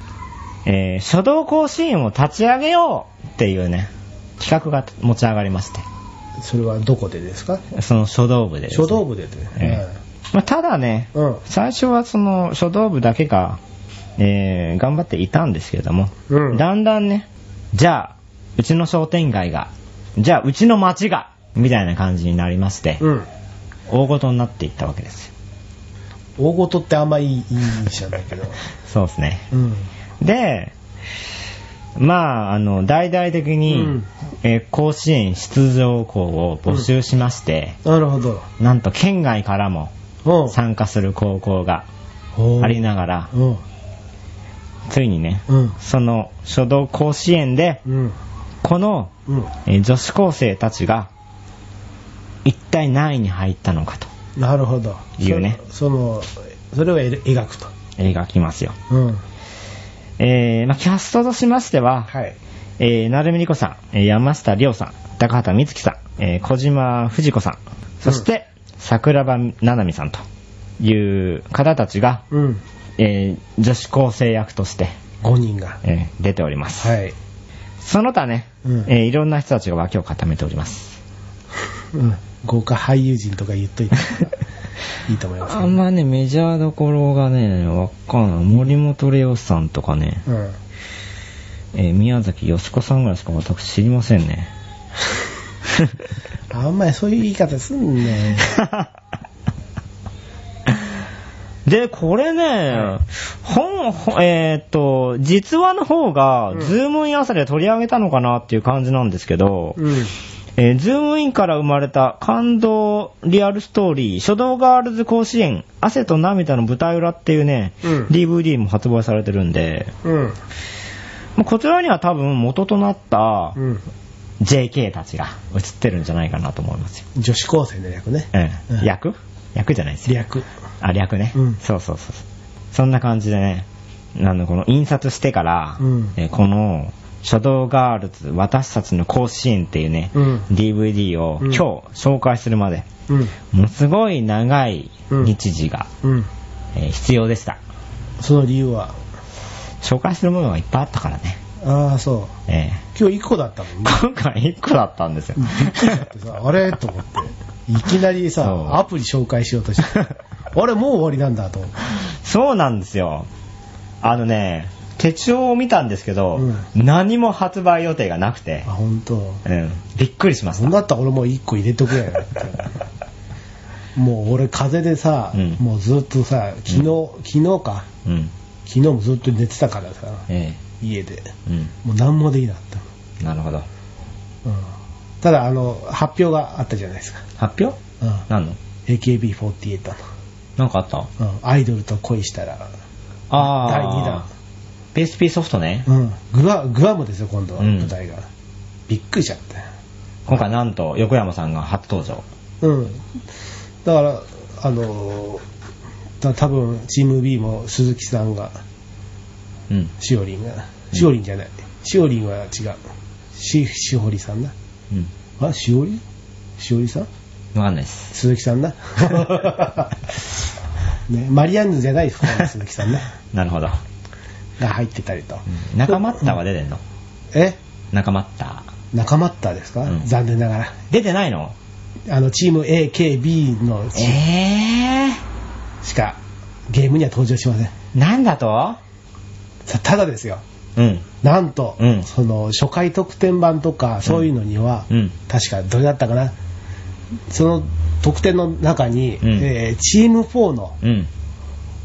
えー、書道甲子園を立ち上げようっていうね、企画が持ち上がりまして、
それはどこでですか
その書道部でです、ね。
書道部でって。
えーまあ、ただね、
うん。うん
最初はその書道部だけが、えー頑張っていたんですけれども、
うん
だんだんね、じゃあ、うちの商店街が、じゃあ、うちの町が、みたいな感じになりまして、
うん。
大ごとになっていったわけですよ。
大事ってあんまりいい印象だけど。
そうですね。
うん。
で、まあ、あの、大々的に、
うん
えー甲子園出場校を募集しまして、
なるほど。
なんと県外からも
うん。
参加する高校が
ほう
ありながら、
うん。
ついにね、
うん。
その書道甲子園で、
うん。
この、
うん。
えー女子高生たちが、一体何位に入ったのかと
なるほど。
いうね
その、そのそれを描くと。
描きますよ。
うん。
えーまあ、キャストとしましては、
はい。
えー、なるみりこさん、えー山下りょうさん、高畑みつきさん、えー小島藤子さん、そして、桜庭ななみさんという方たちが、
うん。
えー女子高生役として、
5人が。
えー出ております。
はい。
その他ね、
うん
えーいろんな人たちが脇を固めております。
うん。豪華俳優陣とか言っといて。いいと思いますよ。
あんまね、メジャーどころがね、わかんない。森本レオさんとかね、
うん。
えー宮崎よしこさんぐらいしか私知りませ
[laughs]
んね。
あんまりそういう言い方すんね。
で、これね、本、ほえーっと、実話の方が、
うん
ズームイン朝で取り上げたのかなっていう感じなんですけど、
うん。
えーズームインから生まれた感動リアルストーリー、書道ガールズ甲子園、汗と涙の舞台裏っていうね、
うん
DVD も発売されてるんで、
うん。
まあこちらには多分元となった
うん。
JK たちが映ってるんじゃないかなと思いますよ。
女子高生の略ね。
うん。役役じゃないですよ。
略。
あ、略ね。
うん
そうそうそうそう。そんな感じでね、あの、この印刷してから、
うん
えーこの、書道ガールズ、私たちの甲子園っていうね、
うん
DVD を
うん
今日紹介するまで、
うん。
もうすごい長い日時が、
うん。
えー必要でした。
その理由は。
紹介するものがいっぱいあったからね。
ああ、そう。
え
今日1個だったもんね。
ー今回1個だったんですよ。
びっくりしちゃ
[laughs]
ってさ、あれと思って。いきなり
そう
さ、アプリ紹介しようと
[laughs]
して。あれ、もう終わりなんだと思って。
そうなんですよ。あのね、手帳を見たんですけど、
うん
何も発売予定がなくて
あ、、本当。
うん、びっくりしまし
そ
た
ん。だったら俺もう1個入れとくやなって。もう俺、風邪でさ、
うん
もうずっとさ、昨日、昨日か。
うん。
昨日もずっと寝てたからさ、
え
家で。
え。
もう何もできなかった。
うん。なるほど。
うんただあの発表があったじゃないですか、
発表
うん
何の
AKB48
なんかあった
の、うんアイドルと恋したら
あ
第
第2弾。PSP ソフトね。
2弾、うん、グアグアムですよ今度は
うん
舞台が、びっくりしちゃって
今回なんと横山さんが初登場。
うんだからあのた多分チーム B も鈴木さんが
うん。
しおりんが
ん
しおりんじゃないしおりんは違うししほりさんな
うん。
あしおりしおりさん
わかんないです。
鈴木さ
[laughs]
んな、ね、マリアンヌじゃない方の鈴木さん
[laughs]
ね
なるほど。
が入ってたりと、
うん仲間ったは出てんの
え
仲間った。
仲間ったですか、
うん
残念ながら
出てないの
あのチーム AKB のチーム
ええ
しかゲームには登場しません
ー。なんだと
さただですよ
うん。
なんと、
うん
その初回特典版とかそういうのには、
うん
確かどれだったかなその特典の中に、
うん
えーチーム4の
うん。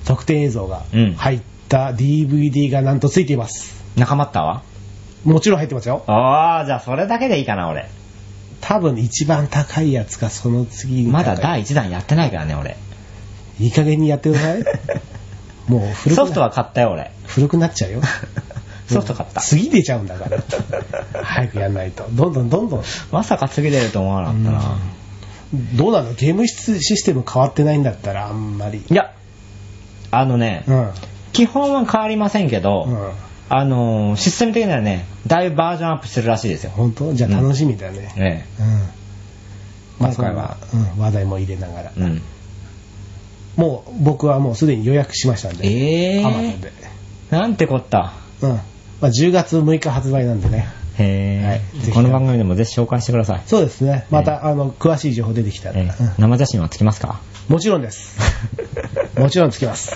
特典映像が
うん
入った DVD がなんとついています
仲間ったは
もちろん入ってますよ
ああ、じゃあそれだけでいいかな、俺。
多分一番高いやつかその次に
まだ
高い
第1弾やってないからね、俺。
いい加減にやってくだ
[laughs]
さい。もう古くな
ソフトは買ったよ、 [laughs] 俺。
古くなっちゃうよ。
ソフト買った。
次出ちゃうんだから。
[laughs]
早くやんないと。どんどんどんどん。
まさか次出ると思わなかったな。
どうなのゲームシステム変わってないんだったらあんまり。
いや、あのね
う、ん。
基本は変わりませんけど、
うん
あのーシステム的にはね、だいぶバージョンアップしてるらしいですよ。
本当じゃあ楽しみだね。
え
うん。まあ、
今
それ
回
は
は、
うん、話題も入れながら
え。うん。
もう、僕はもうすでに予約しましたんで。
ええ
アマゾンで。
なんてこった。
うん。まあ、10月6日発売なんでね。
へえ、
はいぜひ
この番組でもぜひ紹介してください。
そうですね。また、あの、詳しい情報出てきたら。
ええ
うん
生写真はつきます [laughs] か
もちろんです。もちろんつき
[laughs]
ます。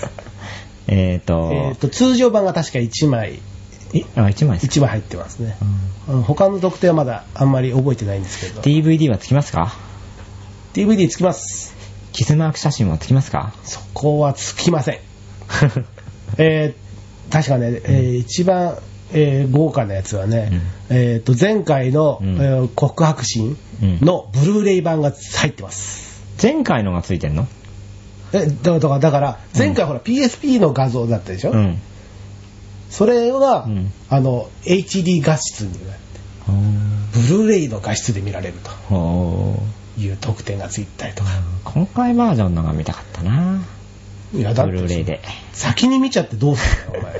えっと、
えっと、通常版が確か1枚、
あ、1枚ですか、
1枚入ってますね
う。ん
うん他の特典はまだあんまり覚えてないんですけど。
DVD はつきますか
DVD つきます。
キスマーク写真はつきま
[laughs]
すか
そこはつきません。えー確かね、えー一番、えー豪華なやつはね、えーと前回の、
うん
えー告白シーンのブルーレイ版が入ってます。
前回のがついてんの
えだから、だから前回ほら PSP の画像だったでしょ、
うん。
それが、
うん
あの HD 画質になって、ブルーレイの画質で見られると
おー
いう特典がついたりとか。
今回バージョンのが見たかったな。
いや、だっ
ブルーレイ
て
で。
先に見ちゃってどうするのお前。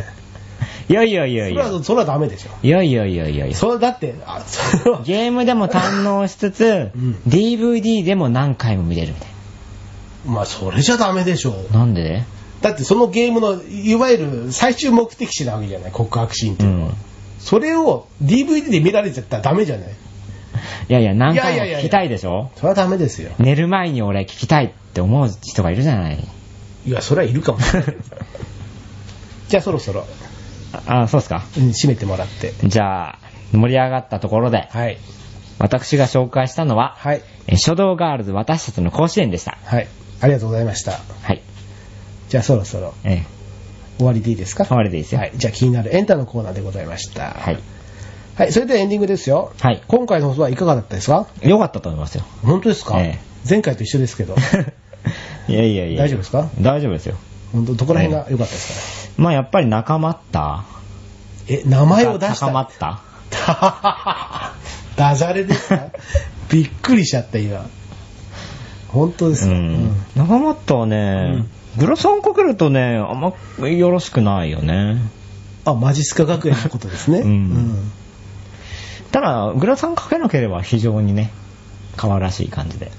いやいやいや
そ
い
れ
や。
は、それはダメでしょ。
いやいやいやいやいや。
それだって、あ、それは、
ゲームでも堪能しつつ、
うん
DVD でも何回も見れるみたい
まあそれじゃダメでしょう。
な。なんで
だってそのゲームのいわゆる最終目的地なわけじゃない告白シーンって
う
いうの
ん
は、。それを DVD で見られちゃったらダメじゃない
いやいや、何回
いや
も
いやいやいや
聞きたいでしょ
それはダメですよ
寝る前に俺聞きたいって思う人がいるじゃない。
いやそれはいるか
[laughs]
もしれないじゃあそろそろ、
あ、あそうですか。
うん締めてもらって
じゃあ、盛り上がったところで、
はい
私が紹介したのは、
はい
え書道ガールズ私たちの甲子園でした。
はいありがとうございました
はい。
じゃあそろそろ
え
終わりでいいですか
ー、終わりでいいですよ。
はい、じゃあ気になるエンタのコーナーでございました
はい。
はい、それではエンディングですよ
はい
今回の放送はいかがだったですか
良かったと思
[laughs]
いますよ。
本当ですか、
ええ
前回と一緒ですけ
[laughs]
ど
いやいやいや。
大丈夫ですか
大丈夫ですよ。
本当どこら辺が良かったですかね、
まあやっぱり仲間った
え、名前を出した。
高まった
[laughs] ダジャレです
[laughs]
かびっくりしちゃった、今。本当です
う
か、
ん。仲間ったはね、グロソンかけるとね、あんまよろしくないよね。
あ、マジスカ学園のことですね。
うんただ、グラサンかけなければ非常にね、可愛らしい
[laughs]
感じで。
うん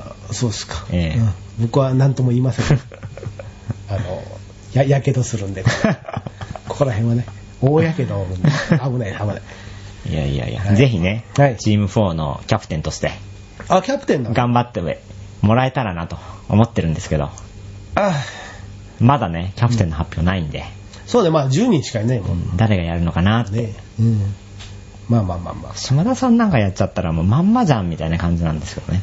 あそうですか、
ええ
うん僕は何とも言いません。あの、や、やけどする
[laughs]
んで、ここら辺はね、大やけどを負うんで危ない、危ない。
いやいやいや、
はい
ぜひね、
はい
チーム4のキャプテンとして、
あ、キャプテンなの
頑張ってもらえたらなと思ってるんですけど、
あ、
まだね、キャプテンの発表ないんで、
そうね、まあ10人しかいないもん
誰がやるのかなって。
ね。うん。まあまあまあまあ。
島田さんなんかやっちゃったらもうまんまじゃんみたいな感じなんですけどね。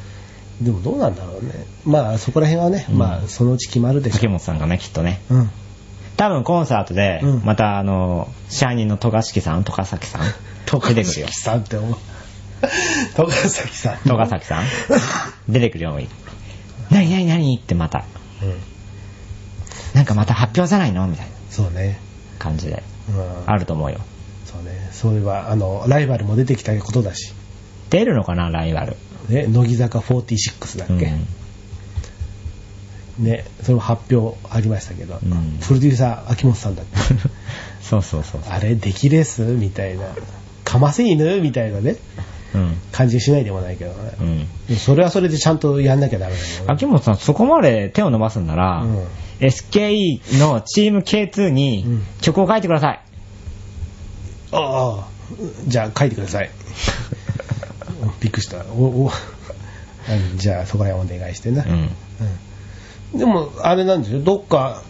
でもどうなんだろうね。まあそこら辺はね、
うん
まあそのうち決まるでし
竹
ょ
本さんがね、きっとね。
う。うん。
多分コンサートで
うん、
またあの、支配人の戸賀敷さん、戸賀崎さん、
[laughs] 戸
出てくるよ
崎。さんって思う。戸ヶ崎さん。
戸賀崎
[laughs]
さん、出てくるよ。何何何ってまた、
うん。
なんかまた発表じゃないのみたいな
そうね。
感じで、
うん。
あると思うよ。
そうね。そういえば、あの、ライバルも出てきたことだし。
出るのかな、ライバル。
ね、乃木坂46だっけ、ね、それも発表ありましたけど、
うん
プロデューサー、秋元さんだっけ
[laughs] [laughs] そうそうそう。
あれ、できですみたいな、かませ犬みたいなね、
うん。
感じしないでもないけどね。
うん。
でもそれはそれでちゃんとやんなきゃダメだよね。
秋元さん、そこまで手を伸ばすんなら、
うん
SKE のチーム K2 に
うん
曲を書いてください。
ああ、じゃあ書いてくださ
[laughs]
い。びっくりした。おおうんじゃあそこら辺お願いしてな、
うん。
うんでも、あれなんですよ、どっか、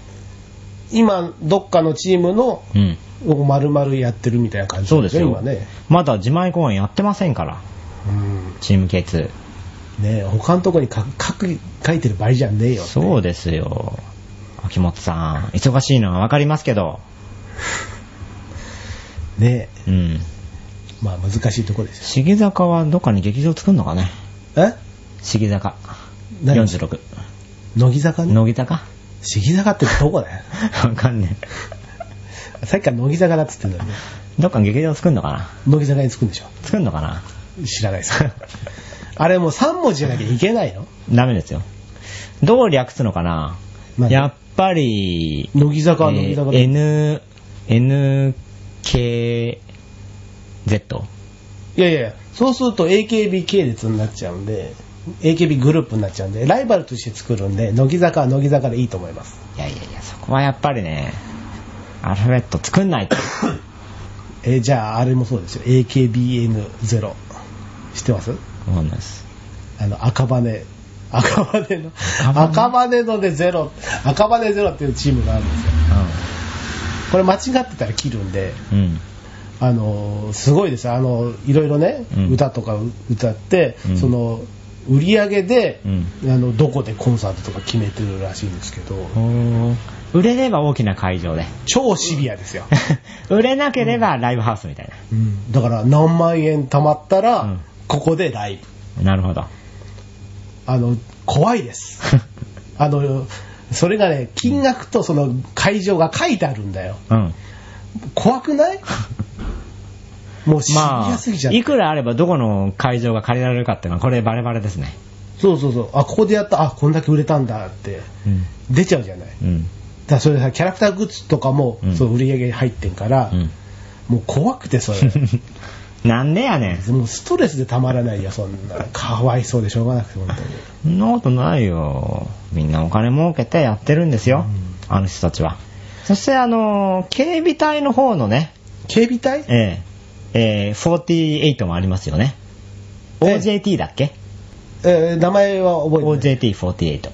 今、どっかのチームの、
うん。
まるまるやってるみたいな感じ
そうですよ。
今ね。
まだ自前公演やってませんから、チーム K2。
うん、ねえ他のとこに書書く書いてる場合じゃねえよ。
そうですよ。秋元さん、忙しいのはわかりますけど、
ねえ
うん。
まあ難しいとこですよ。
茂坂はどっかに劇場作るのかね
え
茂坂。
何
46。
乃木坂ね。
乃木 [laughs] 坂
茂坂ってどこだよ。 [laughs]
わかんね
さっきから乃木坂だっつってんのに、
え。どっかに劇場作るのかな
乃木坂につくんでしょ。
作るのかな
知らない
[laughs]
ですかあれもう3文字じゃなきゃいけないの
ダメですよ。どう略すのかな
何
やっぱり、
乃木坂は乃木坂だ、
えー N、NKZ?
いやいや、そうすると AKB 系列になっちゃうんで、AKB グループになっちゃうんで、ライバルとして作るんで、乃木坂は乃木坂でいいと思います。
いやいやいや、そこはやっぱりね、アルファベット作ん [coughs] ないと。
えーじゃあ、あれもそうですよ。AKBN0。知ってます
思うんです。
あの、赤羽。赤羽の、
羽
赤羽のでゼロ、赤羽ゼロっていうチームがあるんですよ。これ間違ってたら切るんで、
うん。うん。
あのーすごいですあのいろいろね、
うん
歌とかう歌って、
うん
その売り上げで、
う
あのどこでコンサートとか決めてるらしいんですけど、
おー売れれば大きな会場で。 [laughs]
超シビアですよ、
売れなければライブハウスみたい
うんだから何万円貯まったら、
うん
ここでライブ
な。なるほど。 [laughs]
あの怖いですあのそれがね金額とその会場が書いてあるんだよ
うん。
怖く
[laughs]
ないもうシビ
ま
ア
あ
すぎちゃ、って、
いくらあればどこの会場が借りられるかっていうのは、これバレバレですね。
そうそうそうあここでやったあこんだけ売れたんだって
うん。
出ちゃうじゃない
うん。
だからそれさキャラクターグッズとかも、
うん
そう売り上げ入ってんから、
うん。 [laughs]
もう怖くてそれ [laughs]
なんでやねん。
もうストレスでたまらないよそんなかわいそうでしょうがなくて
[laughs]
本当に
そんなことないよ。みんなお金儲けてやってるんですよ。あの人たちは。そしてあのー警備隊の方のね、
警備隊
ええええ48もありますよね。
ええ
OJT だっけ
えー名前は覚えて
?OJT48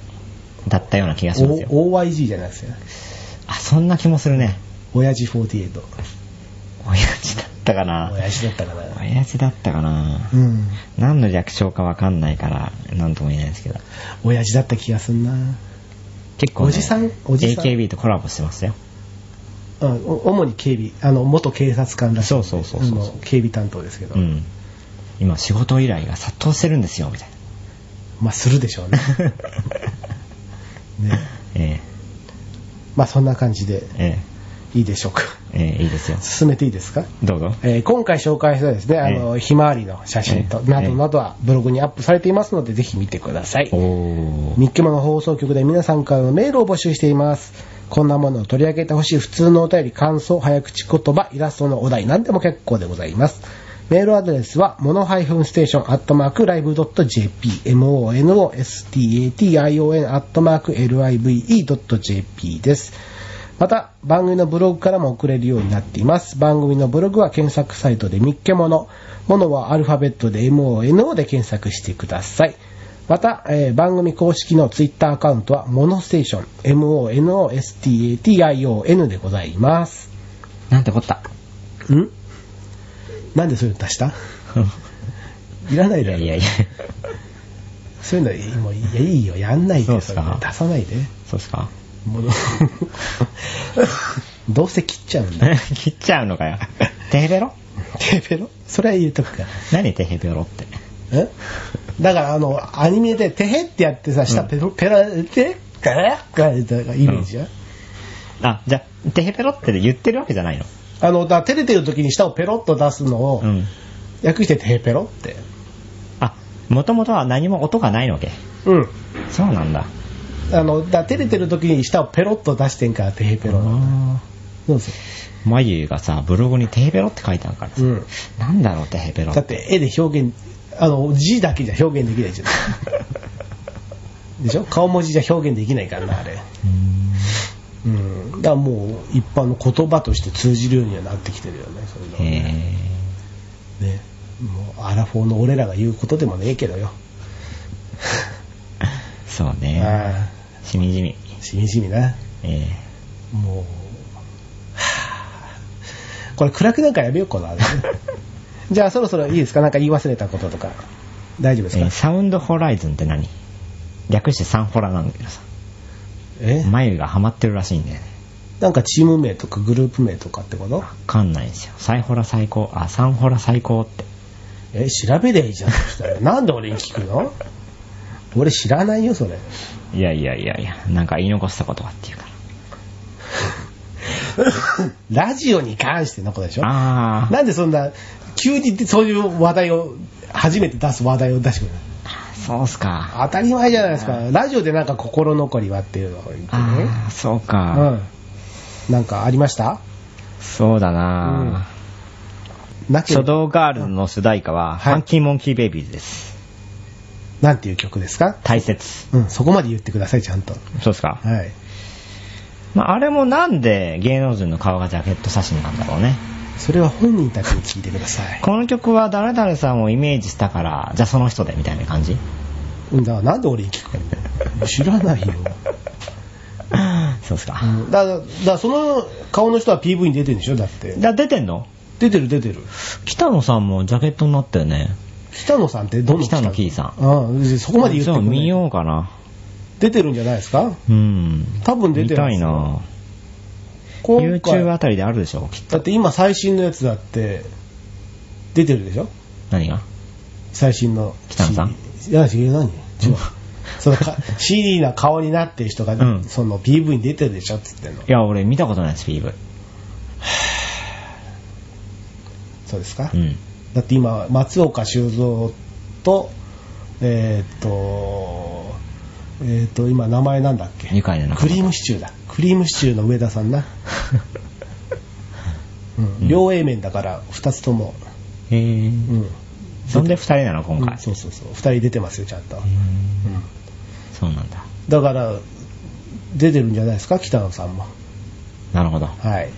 だったような気がします
ない
よ。
お OYG じゃないですよ
あ、そんな気もするね。
親父48
親父だったかな。
親父だったかな
親父だったかな。
うん
何の略称かわかんないから、なんとも言えないですけど。
親父だった気がすんな、
結構、ね、
おじさんおじさん
AKB とコラボしてますよ。
うん、お主に警備あの元警察官らしい
そうそうそうそ
あ
う
の警備担当ですけど、
うん。今仕事依頼が殺到してるんですよ、みたい
まあするでしょうね
な。
[laughs] ね
[laughs] え
まあそんな感じで
ええ
いいでしょうか
えええいいですよ。
進めていいですか
どうぞ。
えー今回紹介したですね、あの、ひまわりの写真と、
ええ
などなどはブログにアップされていますので、ぜひ見てください
お。ー。
日記もの放送局で皆さんからのメールを募集しています。こんなものを取り上げてほしい普通のお便り、感想、早口言葉、イラストのお題、何でも結構でございます。メールアドレスは、モノハイフンステーションアットマークライブドット JP、monostation アットマーク live.jp です。また、番組のブログからも送れるようになっています。番組のブログは検索サイトでみっけもの。ものはアルファベットで MONO で検索してください。また、えー番組公式のツイッターアカウントは、モノステーション、MONOSTATION でございます。
なんてこった。
んなんでそういうの出したいらない
[laughs] い
だ
や
ろ。
いやいや。
そういうの、もういやいいよ、やんないで、
そうっすか
それ出さないで。
そうですか [laughs]
もう [laughs] どうせ切っちゃうんだ。
切っちゃうのかよ。 [laughs] テヘベロ
テーペロそれは言うとくから。
何テヘベロって。
えだからあの、アニメで、てへってやってさ、下ペロ、ペラ、て、ガラッガラッガライメージや。
あ、じゃあ、テヘベロって言ってるわけじゃないの。
あの、だから照れてる時に舌をペロッと出すのを
う、ん。
訳しててへペロって。
あ、もともとは何も音がないのけ。
うん。
そうなんだ。
あの、だから照れてる時に舌をペロッと出してんから、てへペロなんだ。
あ
そうです
ー眉がさ、ブログにテヘベロって書いてあるからさ。
よ。うん。
なんだろう、テヘベロ
だって絵で表現、あの、字だけじゃ表現できないじ
[laughs]
ゃん。でしょ顔文字じゃ表現できないからな、あれ。うん。だからもう、一般の言葉として通じるようにはなってきてるよね、そういうのはね。
へ
ね、もうアラフォーの俺らが言うことでもねえけどよ。
ーそうね。
あ
しみじみ。
あ、しみじみな。
え
もう、はあこれ暗くなんかやめようかな。じゃあそろそろいいですかなんか言い忘れたこととか。大丈夫で
ー
す
え
か
ーサウンドホライズンって何略してサンホラなんだけどさ。
え
眉がハマってるらしいんだよね。
なんかチーム名とかグループ名とかってこと
わかんないんですよ。サイホラ最高。あ、サンホラ最高って。
え、調べりゃいいじゃん。そしたらなんで俺に聞くの俺知らないよ、それ。
いやいやいやいや、なんか言い残したことがっていうから。
ラジオに関してのことでしょ
あー
なんでそんな、急にそういう話題を、初めて出す話題を出してくれる
そうっすか。
当たり前じゃないですか。ラジオでなんか心残りはっていうのを言ってね。
ああ、そう
う
か。
ん。なんかありました
そうだな、
なけれ
書
ば
道ガールズの主題歌は、
はい
ファンキーモンキーベイビーズです。
なんていう曲ですか
大切。
うん、そこまで言ってください、ちゃんと。
そうっすか。
はい。
まあ、あれもなんで芸能人の顔がジャケット写真なんだろうね。
それは本人たちに聞いてください。
この曲は誰々さんをイメージしたから、じゃあその人でみたいな感じ
うんだからなんで俺に聞くの知らないよ。
[laughs] そうっすか。
うんだから、だからその顔の人は PV に出てるんでしょだって。
だ出てんの
出てる出てる。
北野さんもジャケットになったよね。
北野さんってどの
北野キーさ
ん。うん、そこまで言って
そう
くん
見
ない
ようかな。
出てるんじゃないですか
うん。
多分出て
見
るん
た
で
い
すよ
な
今回
YouTube あたりであるでしょきっ
だ
と
って今最新のやつだって、出てるでしょ
何が
最新の CD。
北野さん
いや、違う、何違う。その
[laughs]
か CD な顔になってる人が、
うん
その PV に出てるでしょって言ってんの
い。や、俺見たことないです、PV。
そうですか、
うん。
だって今、松岡修造と、えーっと、えーっと、今名前なんだっけ
愉快な仲間
クリームシチューだ。クリームシチューの上田さんな。うん
うん
両 A 面だから2つとも。
[laughs] へー
うん。
そんで二人なの、今
う
回。
んそうそうそう。2人出てますよ、ちゃんと。
う
うんん
そうなんだ。
だから、出てるんじゃないですか、北野さんも。
なるほど。
はい。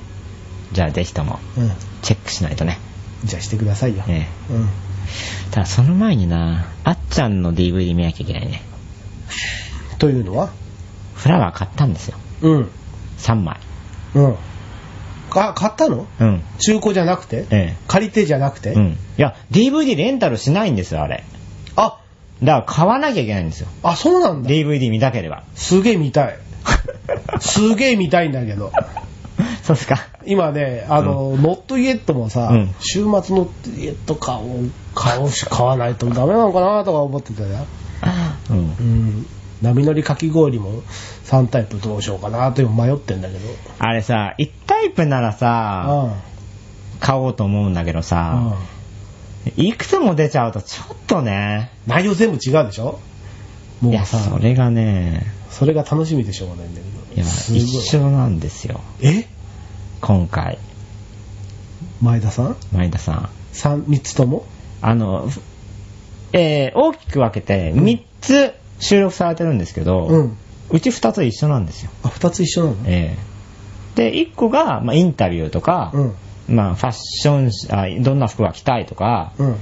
じゃあ、ぜひとも、
うん。
チェックしないとね。
じゃあしてくださいよ。
え
うん。
ただ、その前にな、あっちゃんの DVD 見なきゃいけないね。
というのは
フラワー買ったんですよ。
うん。
3枚。
うん。あ、買ったの
うん。
中古じゃなくて、
え
借り手じゃなくて、
え。うん。いや、DVD レンタルしないんですよ、あれ。
あ、
だから、買わなきゃいけないんですよ。
あ、そうなんだ。
DVD 見たけれ
[laughs]
ば。
すげえ見たい。すげえ見たいんだけど。
そうっすか。
今ね、あの、ノットイエットもさ、
うん
週末ノットイエット買おう、買おうし、買わないとダメなのかなとか思ってたよ。
うん
う。ん。波乗りかき氷も3タイプどうしようかなと今迷ってんだけど。
あれさ、1タイプならさ、買おうと思うんだけ
うん。
ど
う
さ
ん、
いくつも出ちゃうとちょっとね、
内容全部違うでしょも
いうや、
さ、
それがね、
それが楽しみでしょうがないんだ
い
け
や
ど。すごい
一緒なんですよ、
え
今回、
前田さん
前田さん。
三三つとも
あの、ふえー大きく分けて3つ収録されてるんですけど、
うん
うち2つ一緒なんですよ。
あ二つ一緒なの
えーで、1個が、まあ、インタビューとか、
うん
まあ、ファッションしあ、どんな服が着たいとか、
うん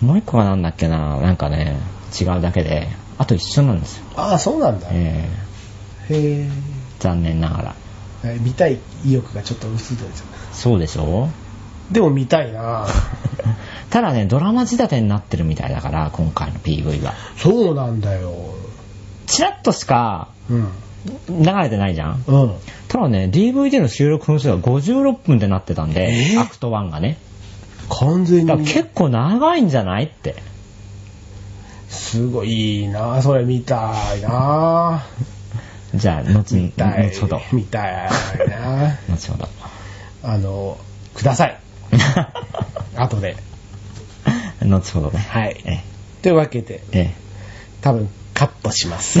もう1個がなんだっけな、なんかね、違うだけで、あと一緒なんですよ。
ああそうなんだ、
え
へ
ー残念ながら。
えはい見たい意欲がちょっと薄いと思うんですよ
そうでしょ [laughs]
でも見たいな
ただね、ドラマ仕立てになってるみたいだから、今回の PV は。
そうなんだよ
チラッとしか
うん
流れてないじゃん
うん
ただね、DVD の収録分数が56分でなってたんで、
えー
アクト1がね。
完全
だ
に
から結構長いんじゃないって。
すごいいいなそれ見たいな
じゃあ、後に、
見たい
後ほど。
見たいな
後ほど。 [laughs]
あのください後で
後ほどね。
はい
え
というわけで
え、ええ。
多分カットします。 [laughs]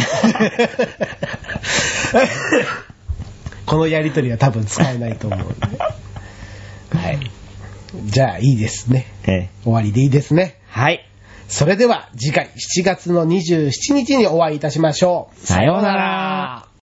このやりとりは多分使えないと思うんで。はい。じゃあいいですね。
ええ。
終わりでいいですね。
はい。
それでは次回7月の27日にお会いいたしましょう。
さようなら。